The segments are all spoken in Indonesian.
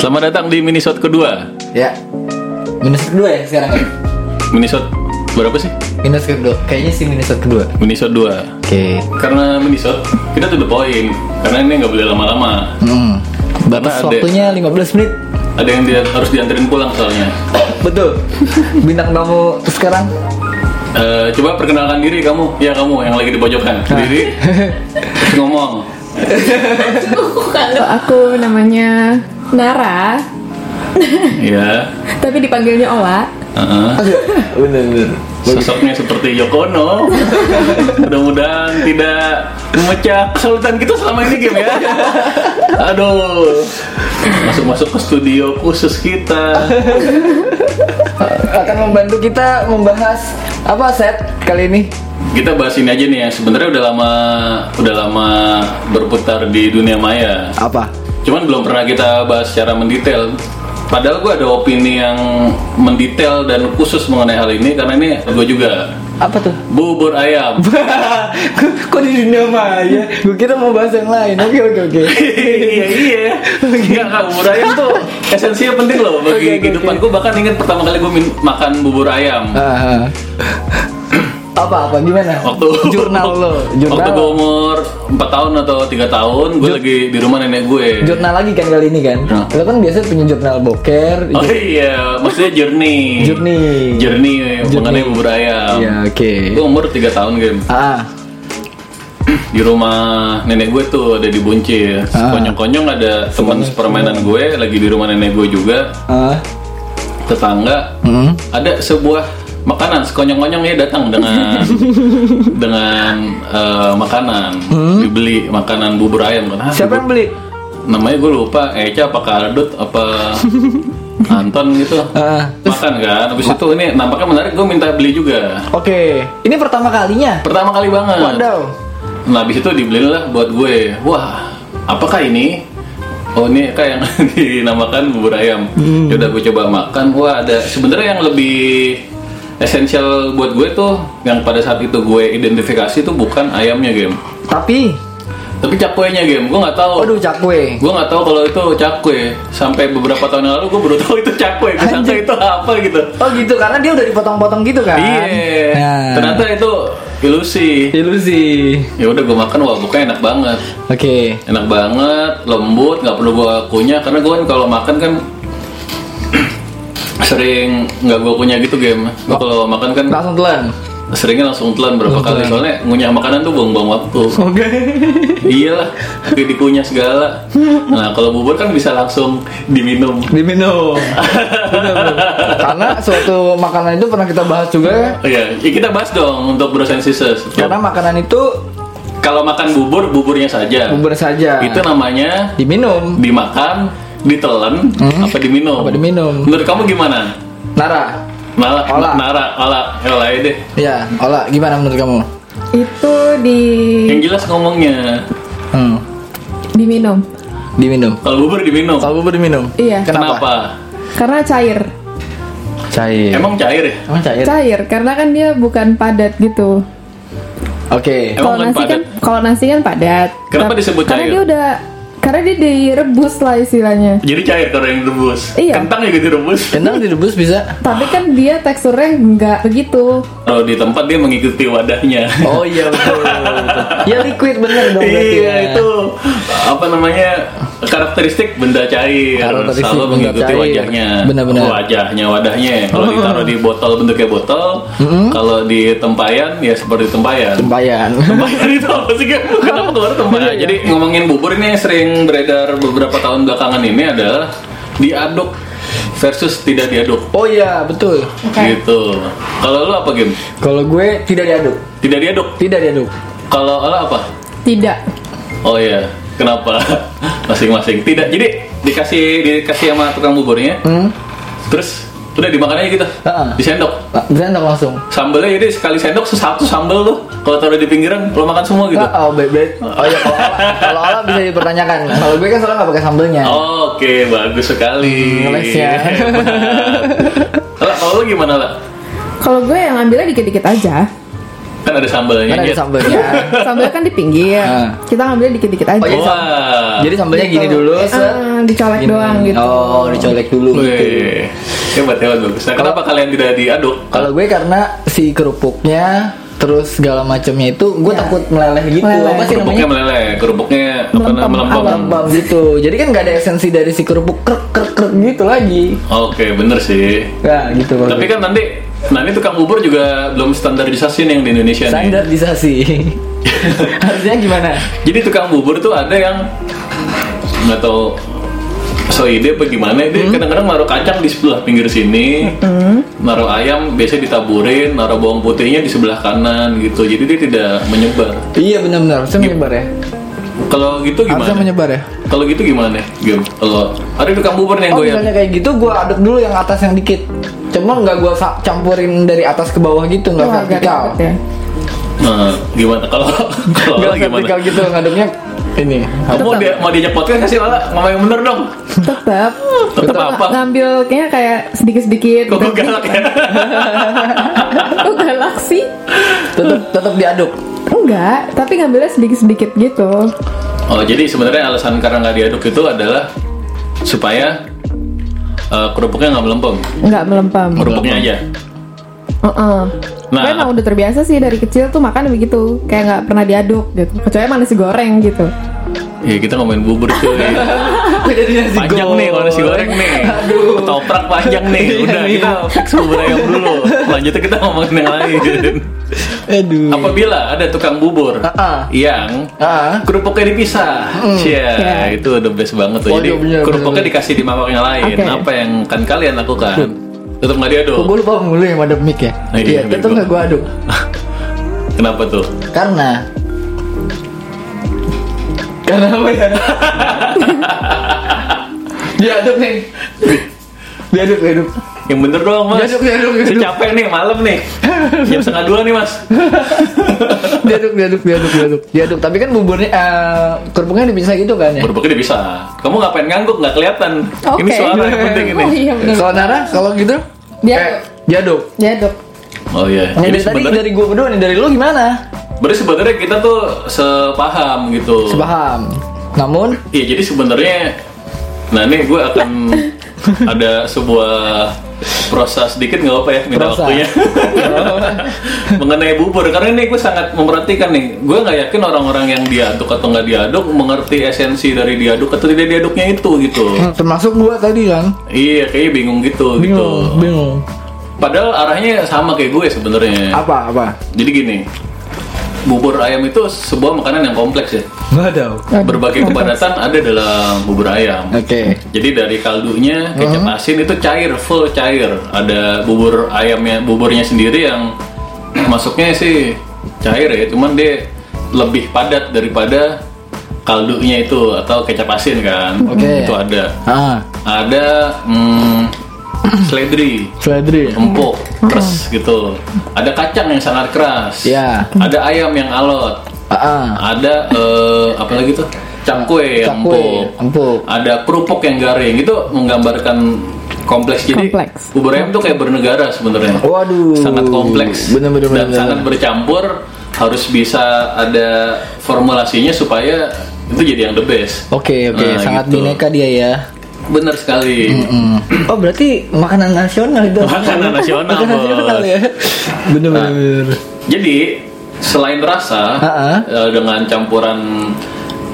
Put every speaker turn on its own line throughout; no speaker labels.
Selamat datang di Minisode kedua.
Ya. Minus kedua ya sekarang. ya?
Minisode berapa sih?
Minus kedua. Kayaknya sih minus kedua.
Minisode 2.
Oke.
Karena Minisode kita tuh the point. Karena ini nggak boleh lama-lama.
Hmm.
Karena
Batas
ada-
waktunya 15 menit.
Ada yang dia, harus dianterin pulang soalnya.
Betul. Bintang tamu sekarang.
Eh, coba perkenalkan diri kamu. Ya kamu yang lagi di pojokan.
Ah.
Diri. Terus ngomong.
Kalau aku namanya Nara,
Ya.
tapi dipanggilnya Ola.
Heeh.
Bener bener.
Sosoknya seperti Yokono. Mudah-mudahan tidak memecah kesulitan kita selama ini game ya. Aduh. Masuk-masuk ke studio khusus kita.
Akan membantu kita membahas apa set kali ini?
Kita bahas ini aja nih ya. Sebenarnya udah lama udah lama berputar di dunia maya.
Apa?
Cuman belum pernah kita bahas secara mendetail. Padahal gue ada opini yang mendetail dan khusus mengenai hal ini karena ini gue juga
Apa tuh?
bubur ayam.
Kok- Kok ya? di dunia maya? Gue kira mau bahas yang lain. Oke oke oke.
iya iya Enggak kak bubur ayam tuh esensinya penting loh bagi
Gitu. Oke, oke,
kehidupan
oke.
gue bahkan ingat pertama kali gue makan bubur ayam
Ah, ah. apa apa gimana?
waktu
Ah, jurnal lo,
waktu
jurnal.
gue umur 4 tahun atau tiga tahun gue lagi di rumah nenek gue
Jurnal lagi kan kali ini kan?
Jurnal.
Lo kan biasa punya jurnal boker,
oh iya maksudnya journey
Journey.
journey, mengenai bubur ayam
Ya oke.
gue umur 3 tahun game
Ah,
di rumah nenek gue tuh ada di Buncir
Ah.
konyong-konyong ada teman permainan gue lagi di rumah nenek gue juga
ah,
tetangga
Hmm.
ada sebuah makanan sekonyong-konyong ya datang dengan dengan eh, makanan dibeli makanan bubur ayam kan Ah,
Hmm? Siapa yang
bubur-
beli?
namanya gue lupa Eca apa Kardut apa Anton gitu
Ah,
makan kan habis itu ini nampaknya menarik gue minta beli juga
oke. Hmm. Ini pertama kalinya.
pertama kali banget
Wadaw.
nah habis itu dibeliin lah buat gue wah apakah ini oh ini kayak yang dinamakan bubur ayam yaudah gue coba makan wah ada sebenarnya yang lebih esensial buat gue tuh yang pada saat itu gue identifikasi tuh bukan ayamnya game
Tapi,
tapi cakwenya game gue nggak tahu
aduh cakwe.
gue nggak tahu kalau itu cakwe sampai beberapa tahun yang lalu gue baru tahu itu cakwe gue sangka itu apa gitu
Oh gitu, karena dia udah dipotong-potong gitu kan?
iya
Nah.
ternyata itu ilusi
Ilusi.
ya udah gue makan wah bukannya enak banget
Oke.
enak banget lembut nggak perlu gua kunyah karena gua kan kalau makan kan sering nggak gua kunyah gitu game gua kalau makan kan
Langsung telan.
seringnya langsung telan berapa
Langsung
kali
telan.
soalnya ngunyah makanan tuh buang-buang waktu
Oke.
iyalah tapi dikunyah segala nah kalau bubur kan bisa langsung diminum
Diminum. Bener-bener. karena suatu makanan itu pernah kita bahas juga ya.
Iya, ya kita bahas dong untuk Bros and Sisters.
Karena makanan itu
Kalau makan bubur, buburnya saja.
bubur saja.
Itu namanya
diminum.
dimakan, ditelan, apa diminum?
Hmm. Apa diminum.
Menurut kamu gimana?
Nara.
Nala,
Ola.
Nara, Ola, ya Ola aja deh.
Ya, Ola, gimana menurut kamu?
Itu di
Yang jelas ngomongnya
Hmm.
diminum.
Diminum.
kalau bubur diminum.
Kalau bubur diminum.
Iya.
Kenapa?
Karena cair.
Cair.
Emang cair ya?
Emang cair.
Cair karena kan dia bukan padat gitu.
Emang
Oke.
Kalau
bukan
nasi kan kalau nasi kan padat.
Kenapa
Kar-
disebut
Karena
cair?
dia udah karena dia direbus lah istilahnya.
Jadi cair kalau yang direbus.
Iya.
Kentang juga direbus.
Kendang direbus bisa.
Tapi kan dia teksturnya nggak begitu.
Kalau di tempat dia mengikuti wadahnya.
Oh iya betul. ya liquid bener dong berarti
iya
ya.
itu apa namanya karakteristik benda cair
Karakteristik
selalu
benda
mengikuti
cair.
wajahnya Oh,
Benar-benar.
wajahnya wadahnya kalau ditaruh di botol bentuknya botol kalau di tempayan ya seperti tempayan
Mm-hmm. Tempayan.
Tempayan itu apa sih? Gak? Kenapa keluar tempayan? Jadi ngomongin bubur ini yang sering beredar beberapa tahun belakangan ini adalah diaduk versus tidak diaduk
Oh iya betul.
gitu. Kalau lu apa game?
Kalau gue tidak diaduk,
Tidak diaduk.
tidak diaduk.
Kalau lu apa?
Tidak.
Oh iya, kenapa? Masing-masing. Tidak. Jadi dikasih dikasih sama tukang buburnya.
Hmm.
Terus udah dimakan aja gitu.
Ha-ha.
Disendok.
Nah, Berantak langsung.
Sambelnya jadi sekali sendok sesatu sambel tuh. Kalau taruh di pinggiran lo makan semua gitu.
Nah, oh, baik baik. Oh iya kalau Ola- kalau Ola bisa dipertanyakan. Kalau gue kan soalnya nggak pakai sambelnya.
Oke, bagus sekali.
Hmm, ngeles ya.
Lah, kalau lu gimana lah?
Kalau gue yang ambilnya dikit-dikit aja.
Kan ada sambalnya.
Kan ada
Jet.
sambelnya.
Sambalnya kan di pinggir.
Ah.
Kita ngambilnya dikit-dikit aja.
Oh, jadi sam-
Wah.
Jadi sambelnya gini dulu,
Eh,
set.
eh, dicolek
Gini.
doang gitu.
Oh, dicolek dulu. gitu.
Wih, hebat hebat bagus. Nah, kenapa kalian tidak diaduk?
Kalau gue karena si kerupuknya terus segala macamnya itu gue
Ya.
takut meleleh gitu.
Meleleh.
Apa sih namanya?
Kerupuknya meleleh, kerupuknya apa
Melempem,
namanya melempem.
Lembab gitu. Jadi kan nggak ada esensi dari si kerupuk krek krek krek gitu lagi.
Oke, bener sih.
Ya gitu. kalau
Tapi
gue.
kan nanti nanti tukang bubur juga belum standarisasi nih yang di Indonesia nih.
standarisasi. Harusnya gimana?
Jadi tukang bubur tuh ada yang nggak tahu so ide apa gimana dia
Hmm.
kadang-kadang naruh kacang di sebelah pinggir sini naruh ayam biasanya ditaburin naruh bawang putihnya di sebelah kanan gitu jadi dia tidak menyebar
Iya benar-benar harusnya menyebar ya.
kalau gitu
Harusnya
gimana
menyebar ya.
kalau gitu gimana Gim? kalau ada tukang bubur nih yang ya.
Oh
goyang
misalnya kayak gitu gue aduk dulu yang atas yang dikit. Cuma nggak gue campurin dari atas ke bawah gitu
iya.
nggak
Wah, agak
vertikal.
ribet ya.
Nah, gimana kalau kalau
Nggak
Lala Oh, gimana?
vertikal gitu ngaduknya ini.
Kamu mau dia mau diajak podcast kasih Lala ngomong yang bener dong.
Tetap.
Tetap apa?
Ngambil kayaknya kayak sedikit-sedikit.
Kok gue galak ya?
Kok galak sih?
Tetap tetap diaduk.
Enggak, tapi ngambilnya sedikit-sedikit gitu.
Oh jadi sebenarnya alasan karena nggak diaduk itu adalah supaya eh, kerupuknya nggak melempem,
Enggak melempem.
kerupuknya aja.
Heeh.
Nah.
Gue emang udah terbiasa sih dari kecil tuh makan begitu, kayak nggak pernah diaduk gitu. Kecuali emang nasi goreng gitu.
Ya kita ngomongin bubur cuy.
Jadi nasi
panjang nih kalau nasi goreng nih. Ketoprak panjang nih.
Iya
Udah
nih.
kita fix bubur ayam dulu. Lanjutnya kita ngomongin yang lain.
Aduh.
Apabila ada tukang bubur
Ah-ah.
yang
Ah.
kerupuknya dipisah. Cia,
Ya.
itu the best banget tuh.
Hmm. Iya. Waduh,
Jadi
bener,
kerupuknya
bener.
dikasih di mangkok yang lain.
Oke.
Apa yang akan kalian lakukan? Tetap nggak diaduk.
Kok gue lupa mulu yang ada mic ya?
Iya,
Iya,
bego.
tetap nggak gue aduk.
Kenapa tuh?
Karena Karena apa ya? diaduk nih. Diaduk, diaduk.
Yang bener dong, Mas.
Diaduk, diaduk,
Saya
diaduk.
capek nih malam nih. Jam setengah dua nih, Mas.
Diaduk, diaduk, diaduk, diaduk. Diaduk, tapi kan buburnya eh, kerupuknya dipisah gitu kan ya?
Kerupuknya udah bisa. Kamu ngapain ngangguk? Nggak kelihatan. Ini
Oke.
suara yang penting ini.
Oh iya Ya, benar.
Kalau Nara, kalau gitu
Diaduk.
eh, diaduk.
Diaduk.
Oh iya.
Yang
Jadi
dari tadi
sebenarnya
dari gue berdua nih, dari lu gimana?
berarti sebenarnya kita tuh sepaham gitu.
Sepaham. Namun
Iya, jadi sebenarnya nah ini gue akan ada sebuah proses sedikit nggak apa ya minta
Prosa.
waktunya mengenai bubur karena ini gue sangat memperhatikan nih gue nggak yakin orang-orang yang diaduk atau nggak diaduk mengerti esensi dari diaduk atau tidak diaduknya itu gitu
termasuk gue tadi kan
iya kayaknya bingung gitu gitu
bingung.
padahal arahnya sama kayak gue sebenarnya
Apa, apa?
jadi gini bubur ayam itu sebuah makanan yang kompleks ya
Gak ada.
Aduh.
berbagai kepadatan ada dalam bubur ayam
Oke.
Jadi dari kaldunya kecap
Uh-huh.
asin itu cair, full cair. Ada bubur ayamnya, buburnya sendiri yang masuknya sih cair ya, cuman dia lebih padat daripada kaldunya itu atau kecap asin kan.
Oke.
Itu ada.
Ah,
Ada mm, seledri
Fredri.
empuk,
Uh-huh.
keras gitu. Ada kacang yang sangat keras.
Ya.
Ada ayam yang alot.
Ah,
Ada eh, apa lagi tuh? Cakwe yang Iya,
Cakwe,
empuk
empuk.
ada kerupuk yang garing itu menggambarkan kompleks jadi
Kompleks.
bubur ayam tuh kayak bernegara sebenarnya
Waduh.
sangat kompleks
Bener
dan
bener bener. bener.
sangat bercampur harus bisa ada formulasinya supaya itu jadi yang the best
Oke oke,
Nah,
sangat
gitu.
bineka dia ya.
bener sekali
Hmm. Oh berarti makanan nasional itu.
Makanan nasional,
makanan nasional
Bos. Nah.
ya. Bener bener. bener.
jadi selain rasa
Ha-ha.
eh, dengan campuran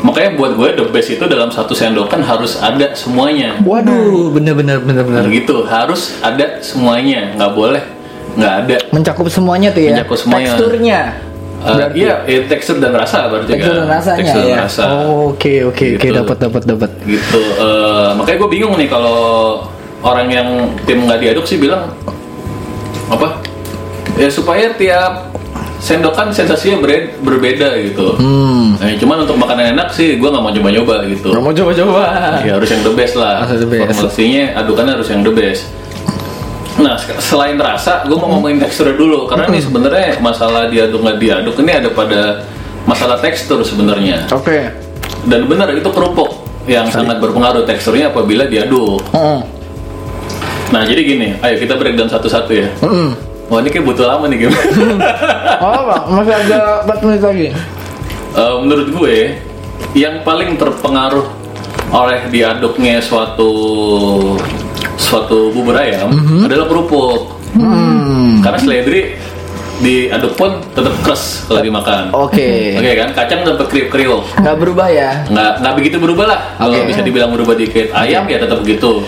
makanya buat gue the best itu dalam satu sendokan harus ada semuanya
Waduh, bener bener bener bener.
Bener gitu harus ada semuanya nggak boleh nggak ada
Mencakup semuanya tuh ya.
Mencakup semuanya.
Teksturnya.
Eh, iya, eh, tekstur dan rasa berarti
Tekstur
kan.
dan rasanya
Tekstur
ya.
dan rasa.
Oh, Oke oke oke,
Gitu.
dapat dapat dapat.
Gitu. eh, makanya gue bingung nih kalau orang yang tim nggak diaduk sih bilang apa? Ya supaya tiap sendokan sensasinya bere- berbeda gitu.
Hmm.
Eh, cuman untuk makanan enak sih gue nggak mau nyoba-nyoba gitu.
Nggak mau coba-coba.
Ya harus yang the best lah.
Harus the best.
Formulasinya adukannya harus yang the best. Nah, se- selain rasa, gue mau ngomongin teksturnya dulu karena
Hmm.
ini sebenarnya masalah diaduk nggak diaduk ini ada pada masalah tekstur sebenarnya.
Oke.
Dan benar itu kerupuk yang
Iya.
sangat berpengaruh teksturnya apabila diaduk.
Heeh.
Nah, jadi gini, ayo kita breakdown satu-satu ya.
Heeh.
Wah ini kayak butuh lama nih game.
Oh, Pak, masih ada 4 menit lagi.
Eh, menurut gue yang paling terpengaruh oleh diaduknya suatu suatu bubur ayam
Mhm.
adalah kerupuk.
Hmm.
Karena seledri diaduk pun tetap keras kalau dimakan.
Oke.
Oke kan, kacang tetap kriuk-kriuk.
Nggak berubah ya?
Nggak nggak begitu berubah lah. Kalau
Oke.
bisa dibilang berubah dikit. Ayam ya tetap begitu.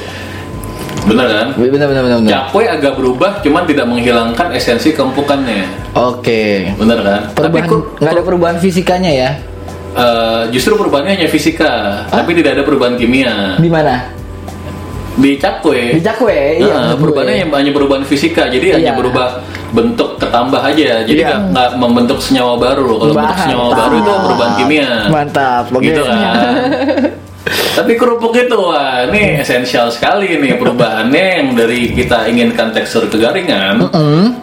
Bener kan?
Benar benar benar benar.
Capwe agak berubah, cuman tidak menghilangkan esensi keempukannya.
Oke.
Bener kan?
Perubahan
kur-
nggak ada perubahan fisikanya ya?
Eh, justru perubahannya hanya fisika, tapi tidak ada perubahan kimia.
Di mana?
Di cakwe,
Di cakwe,
eh,
iya, maksud gue.
perubahannya hanya, hanya perubahan fisika, jadi hanya
Iya.
berubah bentuk ketambah aja, jadi
Iya.
nggak nggak membentuk senyawa baru. Kalau bentuk
Mantap.
senyawa baru itu perubahan kimia,
Mantap, oke.
gitu kan. Tapi kerupuk itu wah, ini
Iya.
esensial sekali nih perubahannya yang dari kita inginkan tekstur kegaringan,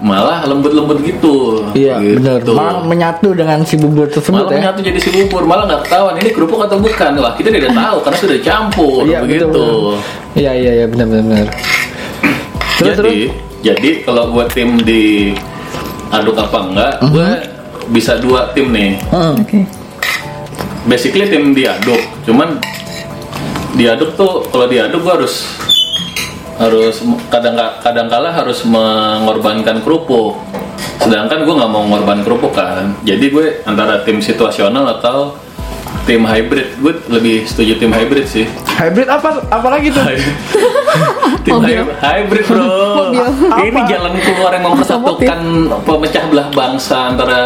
malah lembut-lembut gitu.
Hmm? Iya,
Gitu.
benar. Malah menyatu dengan si bubur tersebut
malah
ya.
menyatu jadi si bubur malah nggak ketahuan ini kerupuk atau bukan lah kita tidak tahu karena sudah campur begitu
Iya, betul. Iya, iya, iya, benar benar. benar. Terus
jadi
terus.
jadi kalau buat tim di aduk apa enggak gue
Uh-huh.
bisa dua tim nih
Heeh.
Oke.
basically tim diaduk cuman diaduk tuh kalau diaduk gue harus harus kadang kadang kala harus mengorbankan kerupuk sedangkan gue nggak mau mengorbankan kerupuk kan jadi gue antara tim situasional atau tim hybrid gue lebih setuju tim hybrid sih
Hybrid apa apa lagi tuh?
tim
Mobil.
hy- hybrid bro
Mobil.
ini jalan keluar yang mempersatukan pemecah belah bangsa antara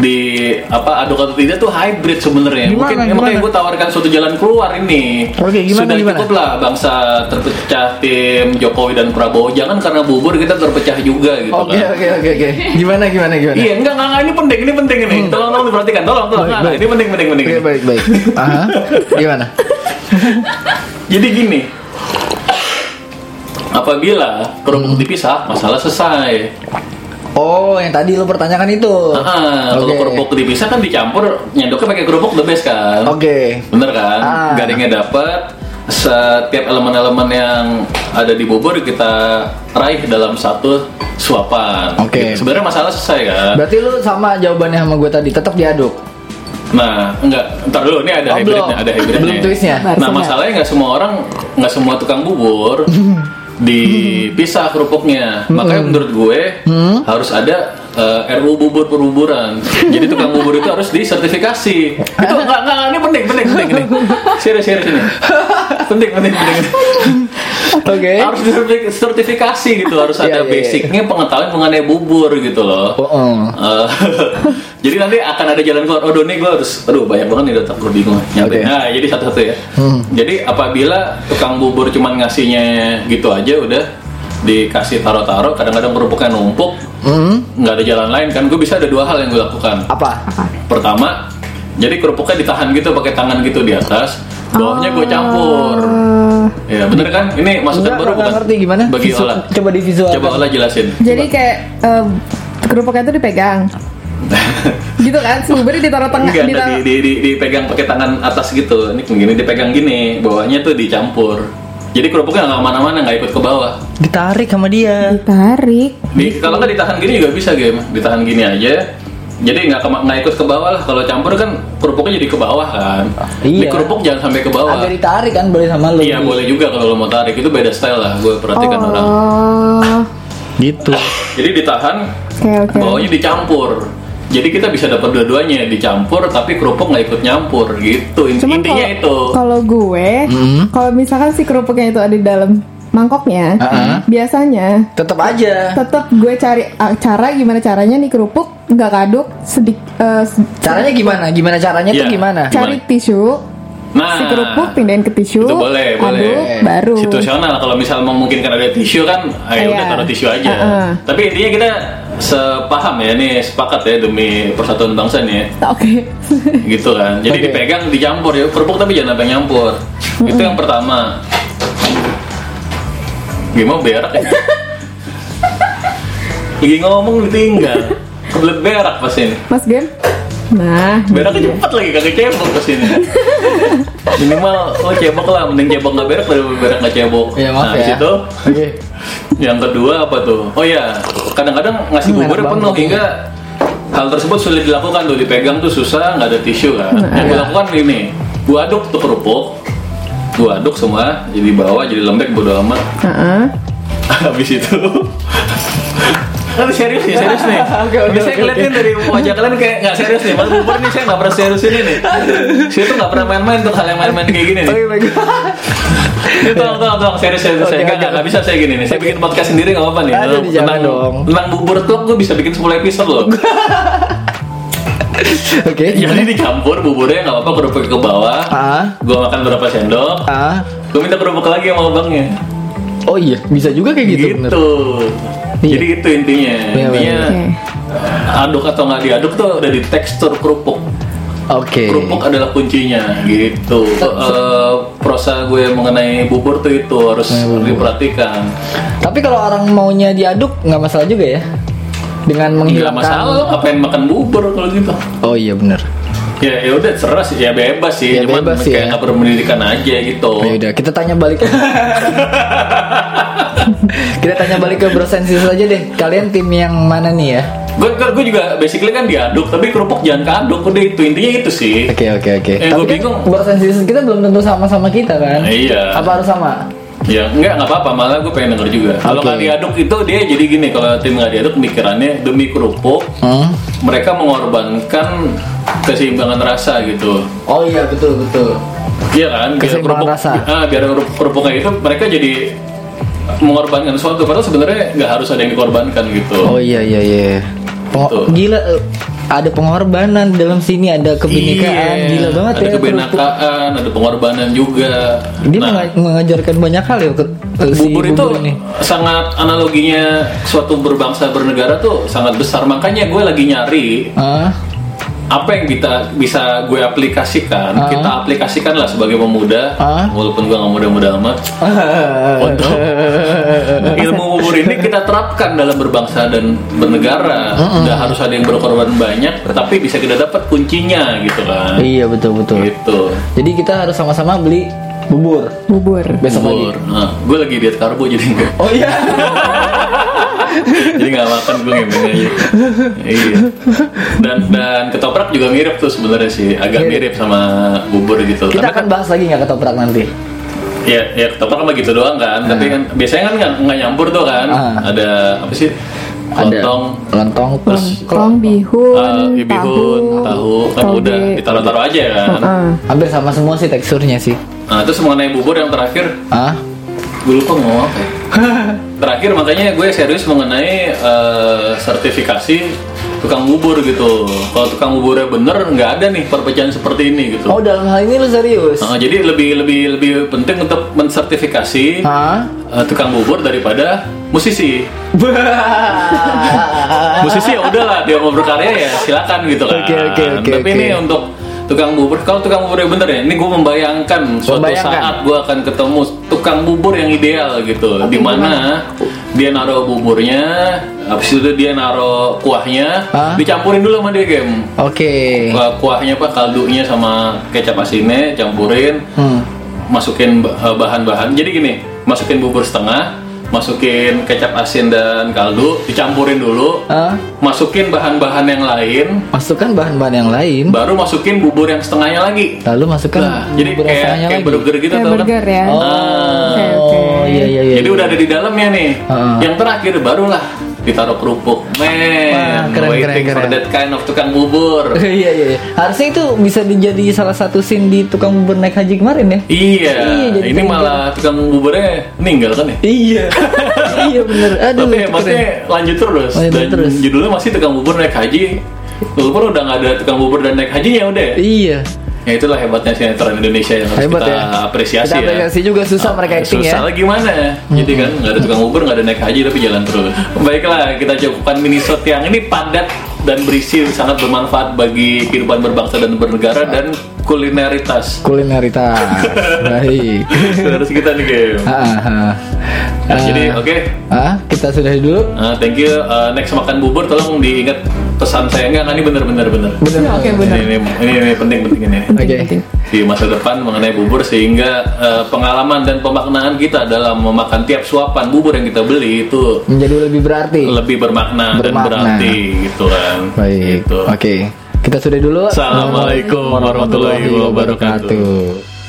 di apa aduk atau tidak tuh hybrid sebenarnya
Gimana,
mungkin ya,
gimana?
makanya gue tawarkan suatu jalan keluar ini
Oke, gimana,
sudah
gimana?
cukup lah bangsa terpecah tim Jokowi dan Prabowo jangan karena bubur kita terpecah juga gitu
Oke,
kan
oke, oke, oke. Gimana gimana gimana?
Iya, enggak, enggak, enggak, ini penting, ini penting ini. Tolong, tolong diperhatikan, tolong, tolong,
Hmm.
enggak,
Baik,
enggak,
baik.
ini penting, penting, penting.
Oke, baik, baik. Aha. Gimana?
Jadi gini, apabila kerupuk dipisah, masalah selesai.
Oh, yang tadi lo pertanyakan itu.
Ah, kalau
Oh, Oke.
kerupuk dipisah kan dicampur, nyendoknya pakai kerupuk the best kan?
Oke.
Bener kan?
Oh. Ah.
Garingnya dapat, setiap elemen-elemen yang ada di bubur kita raih dalam satu suapan.
Oke.
Gitu. Sebenarnya masalah selesai kan?
Berarti lu sama jawabannya sama gue tadi, tetap diaduk.
Nah, enggak, ntar dulu ini ada
Oh,
hybridnya,
belum.
ada hybridnya.
Belum twistnya.
Nah, masalahnya nggak semua orang, nggak semua tukang bubur
Hmm.
dipisah kerupuknya. Makanya menurut gue
Hmm.
harus ada eh, RU bubur perbuburan. Jadi tukang bubur itu harus disertifikasi. Itu enggak, enggak, ini penting, penting, penting, penting. Serius, serius ini. Penting, penting, penting.
Oke.
Harus disertifikasi gitu, harus
Eh. Iya,
ada
iya, iya.
basicnya pengetahuan mengenai bubur gitu loh.
Oh, oh.
Eh, jadi nanti akan ada jalan keluar. Oh, nih gue harus, aduh banyak banget nih data gue bingung nyampe.
Oke. Hmm.
Nah, jadi satu-satu ya. Jadi apabila tukang bubur cuman ngasihnya gitu aja udah dikasih taruh-taruh, kadang-kadang kerupuknya numpuk,
Hmm.
nggak ada jalan lain kan? Gue bisa ada dua hal yang gue lakukan.
Apa?
Pertama, jadi kerupuknya ditahan gitu pakai tangan gitu di atas, bawahnya gue campur.
Eh,
Ya bener kan? Ini masukan
Ah. Enggak,
baru
enggak
bukan?
ngerti gimana?
Bagi
Visu-
olah.
Coba divisualkan.
Coba olah jelasin.
jadi kayak eh, kerupuknya itu dipegang. gitu kan, si bubur ditaruh tengah,
Enggak, ada di,
ditaruh.
di- di- dipegang pakai tangan atas gitu. Ini gini dipegang gini, bawahnya tuh dicampur. Jadi kerupuknya nggak kemana-mana, nggak ikut ke bawah.
Ditarik sama dia.
Ditarik.
Di, kalau nggak ditahan gini juga bisa game, ditahan gini aja. Jadi nggak kema- nggak ikut ke bawah lah. Kalau campur kan kerupuknya jadi ke bawah kan. Di
Iya.
kerupuk jangan sampai ke bawah.
Agak ditarik kan boleh sama lu.
Oh. Iya boleh juga kalau lo mau tarik itu beda style lah. Gue perhatikan orang.
Oh.
Gitu.
Jadi ditahan,
Oke, oke.
bawahnya dicampur. Jadi kita bisa dapat dua-duanya dicampur, tapi kerupuk nggak ikut nyampur gitu. Int-
Cuman
Intinya
kalau-
itu.
Kalau gue,
Hmm.
kalau misalkan si kerupuknya itu ada di dalam mangkoknya,
Heeh.
biasanya
Tetap aja.
tetap gue cari ah, cara gimana caranya nih kerupuk nggak kaduk sedik eh, se-
Caranya gimana? Gimana caranya tuh
Iya.
gimana?
Ca-
cari tisu
Nah.
si kerupuk pindahin ke tisu
Itu boleh,
aduk
boleh.
baru
situasional kalau misal memungkinkan ada tisu kan ayo
Iya.
udah taruh tisu aja
Heeh.
tapi intinya kita sepaham ya nih sepakat ya demi persatuan bangsa nih ya.
oke
gitu kan jadi
Oke.
dipegang dicampur ya kerupuk tapi jangan sampai nyampur itu yang pertama gimana berak ya lagi ngomong ditinggal kebelet berak pas ini
mas game nah
Beraknya cepet lagi kagak cebok kesini oh, Minimal lo cebok lah, mending cebok nggak berak daripada berak nggak cebok.
Iya, maaf
nah,
ya.
di situ
Oke.
Yang kedua apa tuh? Oh ya, kadang-kadang ngasih
Hmm,
bubur
enak
penuh
banget.
hingga hal tersebut sulit dilakukan tuh dipegang tuh susah nggak ada tisu kan.
Hmm,
Nah,
Yang
iya.
dilakukan ini, gua aduk tuh kerupuk, gua aduk semua jadi bawah jadi lembek bodo amat.
Heeh.
Habis itu Tapi serius nih, serius nih.
Oke, oke,
Bisa
oke,
kelihatin dari wajah kalian kayak nggak serius nih. Mas bubur nih saya nggak pernah serius ini nih. Saya tuh nggak pernah main-main tuh hal yang main-main kayak gini nih.
Oke, baik.
Ini tolong, tolong, tolong, serius, serius,
Oke,
saya nggak,
oke.
nggak bisa saya gini nih. Saya bikin podcast sendiri nggak apa-apa nih.
Aduh,
Tentang-
jangan
tentang,
dong.
tentang bubur tuh gue bisa bikin 10 episode loh.
Oke.
Jadi dicampur buburnya nggak apa-apa kerupuk ke bawah.
Ah.
Gue makan berapa sendok.
Ah.
Gue minta kerupuk lagi sama abangnya.
Oh iya, bisa juga kayak gitu.
Gitu.
bener. Iya.
Jadi itu intinya.
Iya,
Intinya eh,
Oke.
aduk atau nggak diaduk tuh udah di tekstur kerupuk.
Oke.
Kerupuk adalah kuncinya gitu.
Oh,
Eh, prosa gue mengenai bubur tuh itu harus diperhatikan.
Tapi kalau orang maunya diaduk nggak masalah juga ya.
Gak
Dengan menghilangkan.
masalah lo ngapain makan bubur kalau gitu.
Oh iya benar.
Ya ya udah serah sih ya bebas sih,
Ya,
cuman
bebas sih,
kayak
ya.
nggak berpendidikan aja gitu.
Ya udah, kita tanya balik. kita tanya balik ke Bro Sensis aja deh. Kalian tim yang mana nih ya?
Gue gue juga basically kan diaduk, tapi kerupuk jangan keaduk udah itu intinya itu sih.
Oke oke oke.
Eh,
Tapi
gua
kan
bingung.
Bro Sensis kita belum tentu sama-sama kita kan?
Iya.
Apa harus sama?
Ya enggak nggak apa-apa, malah gue pengen denger juga. Kalau
Oke.
nggak diaduk itu dia jadi gini, kalau tim nggak diaduk pemikirannya demi kerupuk
Hmm?
mereka mengorbankan keseimbangan rasa gitu.
Oh iya betul betul.
Iya kan, biar
Keseimbangan
kerupuk,
rasa.
Ah, biar kerup- kerupuknya itu mereka jadi mengorbankan sesuatu padahal sebenarnya nggak harus ada yang dikorbankan gitu.
Oh iya iya iya. Peng-
Betul.
gila eh, ada pengorbanan dalam sini ada kebinekaan
Iya,
gila banget
ada
ya. kerupuk.
kebenakaan, ada pengorbanan juga.
Dia
Nah,
menga- mengajarkan banyak hal ya ke- eh, si
bubur itu
ini.
sangat analoginya suatu berbangsa bernegara tuh sangat besar. Makanya gue lagi nyari
Ah,
apa yang kita bisa gue aplikasikan.
Ah.
Kita aplikasikan lah sebagai pemuda,
Ah. Eh.
walaupun gue nggak muda-muda amat. Untuk ilmu bubur ini kita terapkan dalam berbangsa dan bernegara. Nggak harus ada yang berkorban banyak, tapi bisa kita dapat kuncinya gitu kan.
iya betul betul.
Gitu.
Jadi kita harus sama-sama beli bubur
Bubur.
besok pagi.
Bubur. Nah, gue lagi diet karbo jadi nggak
Oh iya.
jadi nggak makan gue ngemeng aja. iya. Dan dan ketoprak juga mirip tuh sebenarnya sih, agak mirip sama bubur gitu.
Iya. Kita
Tapi
akan
kan
bahas lagi nggak ketoprak nanti.
ya ya ketoprak mah gitu doang kan. Tapi kan biasanya kan nggak- nggak nyampur tuh kan.
Nah. Ah.
Ada apa sih? Lontong.
Ada lontong terus
Tong
eh,
bihun,
bihun, tahu, kan
toge. Ah.
udah ditaruh-taruh aja kan.
Heeh.
hampir sama semua sih teksturnya sih.
Nah, terus mengenai bubur yang terakhir,
Ah,
gue lupa mau ngomong apa ya. terakhir makanya gue serius mengenai eh, sertifikasi tukang bubur gitu kalau tukang buburnya bener nggak ada nih perpecahan seperti ini gitu
oh dalam hal ini lu serius?
Nah, jadi lebih lebih lebih penting untuk mensertifikasi
Ah.
eh, tukang bubur daripada musisi musisi ya udahlah dia mau berkarya ya silakan gitu kan
Oke, oke, oke,
tapi
oke.
ini untuk tukang bubur kalau tukang buburnya bener ya ini gue membayangkan suatu
Membayangkan.
saat gue akan ketemu tukang bubur yang ideal gitu di mana dia naruh buburnya habis itu dia naruh kuahnya
Hah?
dicampurin dulu sama dia game
Oke.
Kuah- kuahnya pak kaldunya sama kecap asinnya campurin
Hmm.
masukin ba- eh, bahan-bahan. Jadi gini, masukin bubur setengah, masukin kecap asin dan kaldu, dicampurin dulu,
Ah,
masukin bahan-bahan yang lain,
masukkan bahan-bahan yang lain.
baru masukin bubur yang setengahnya lagi.
Lalu masukkan
Nah, jadi
Kan bubur
kayak
rasanya
kayak
lagi.
burger gitu
Kayak
tau kan?
burger ya.
Ah.
Oke, oke.
Oh iya iya iya.
Jadi udah ada di dalamnya nih.
Ah.
Yang terakhir barulah ditaruh kerupuk. Men,
Wah, keren, keren,
waiting for
keren.
that kind of tukang bubur.
Iya iya. iya. Harusnya itu bisa dijadi salah satu scene di tukang bubur naik haji kemarin ya.
Iya,
Iya, jadi
ini
kayak
malah tukang buburnya meninggal kan ya?
Iya. iya bener. Aduh.
Tapi
itu keren.
maksudnya lanjut terus
Lanjut
dan
terus.
judulnya masih tukang bubur naik haji. Walaupun udah nggak ada tukang bubur dan naik hajinya udah. ya.
Iya.
Ya itulah hebatnya sinetron Indonesia yang harus
Hebat
kita
ya.
apresiasi
Kita
ya.
apresiasi juga susah
Ah,
mereka acting
susah
ya.
lah gimana? Jadi kan nggak ada tukang bubur, nggak ada naik haji tapi jalan terus. Baiklah kita cukupkan minisode yang ini padat dan berisi sangat bermanfaat bagi kehidupan berbangsa dan bernegara dan kulineritas.
Kulineritas. Baik.
Harus kita nih game.
Ah, ah, ah.
Nah,
Ah,
jadi oke.
ah, kita sudah dulu.
Ah, thank you. Ah, next makan bubur tolong diingat pesan saya enggak kan ini bener bener bener.
Bener.
Iya, oke benar.
Ini, ini, ini, ini penting penting ini.
Penting,
Oke.
penting.
Di masa depan mengenai bubur sehingga eh, pengalaman dan pemaknaan kita dalam memakan tiap suapan bubur yang kita beli itu
menjadi lebih berarti.
lebih bermakna, dan
Iya. Bermakna.
berarti gitu kan.
Baik.
Gitu.
Oke. Kita sudah dulu.
Assalamualaikum warahmatullahi wabarakatuh.
wabarakatuh.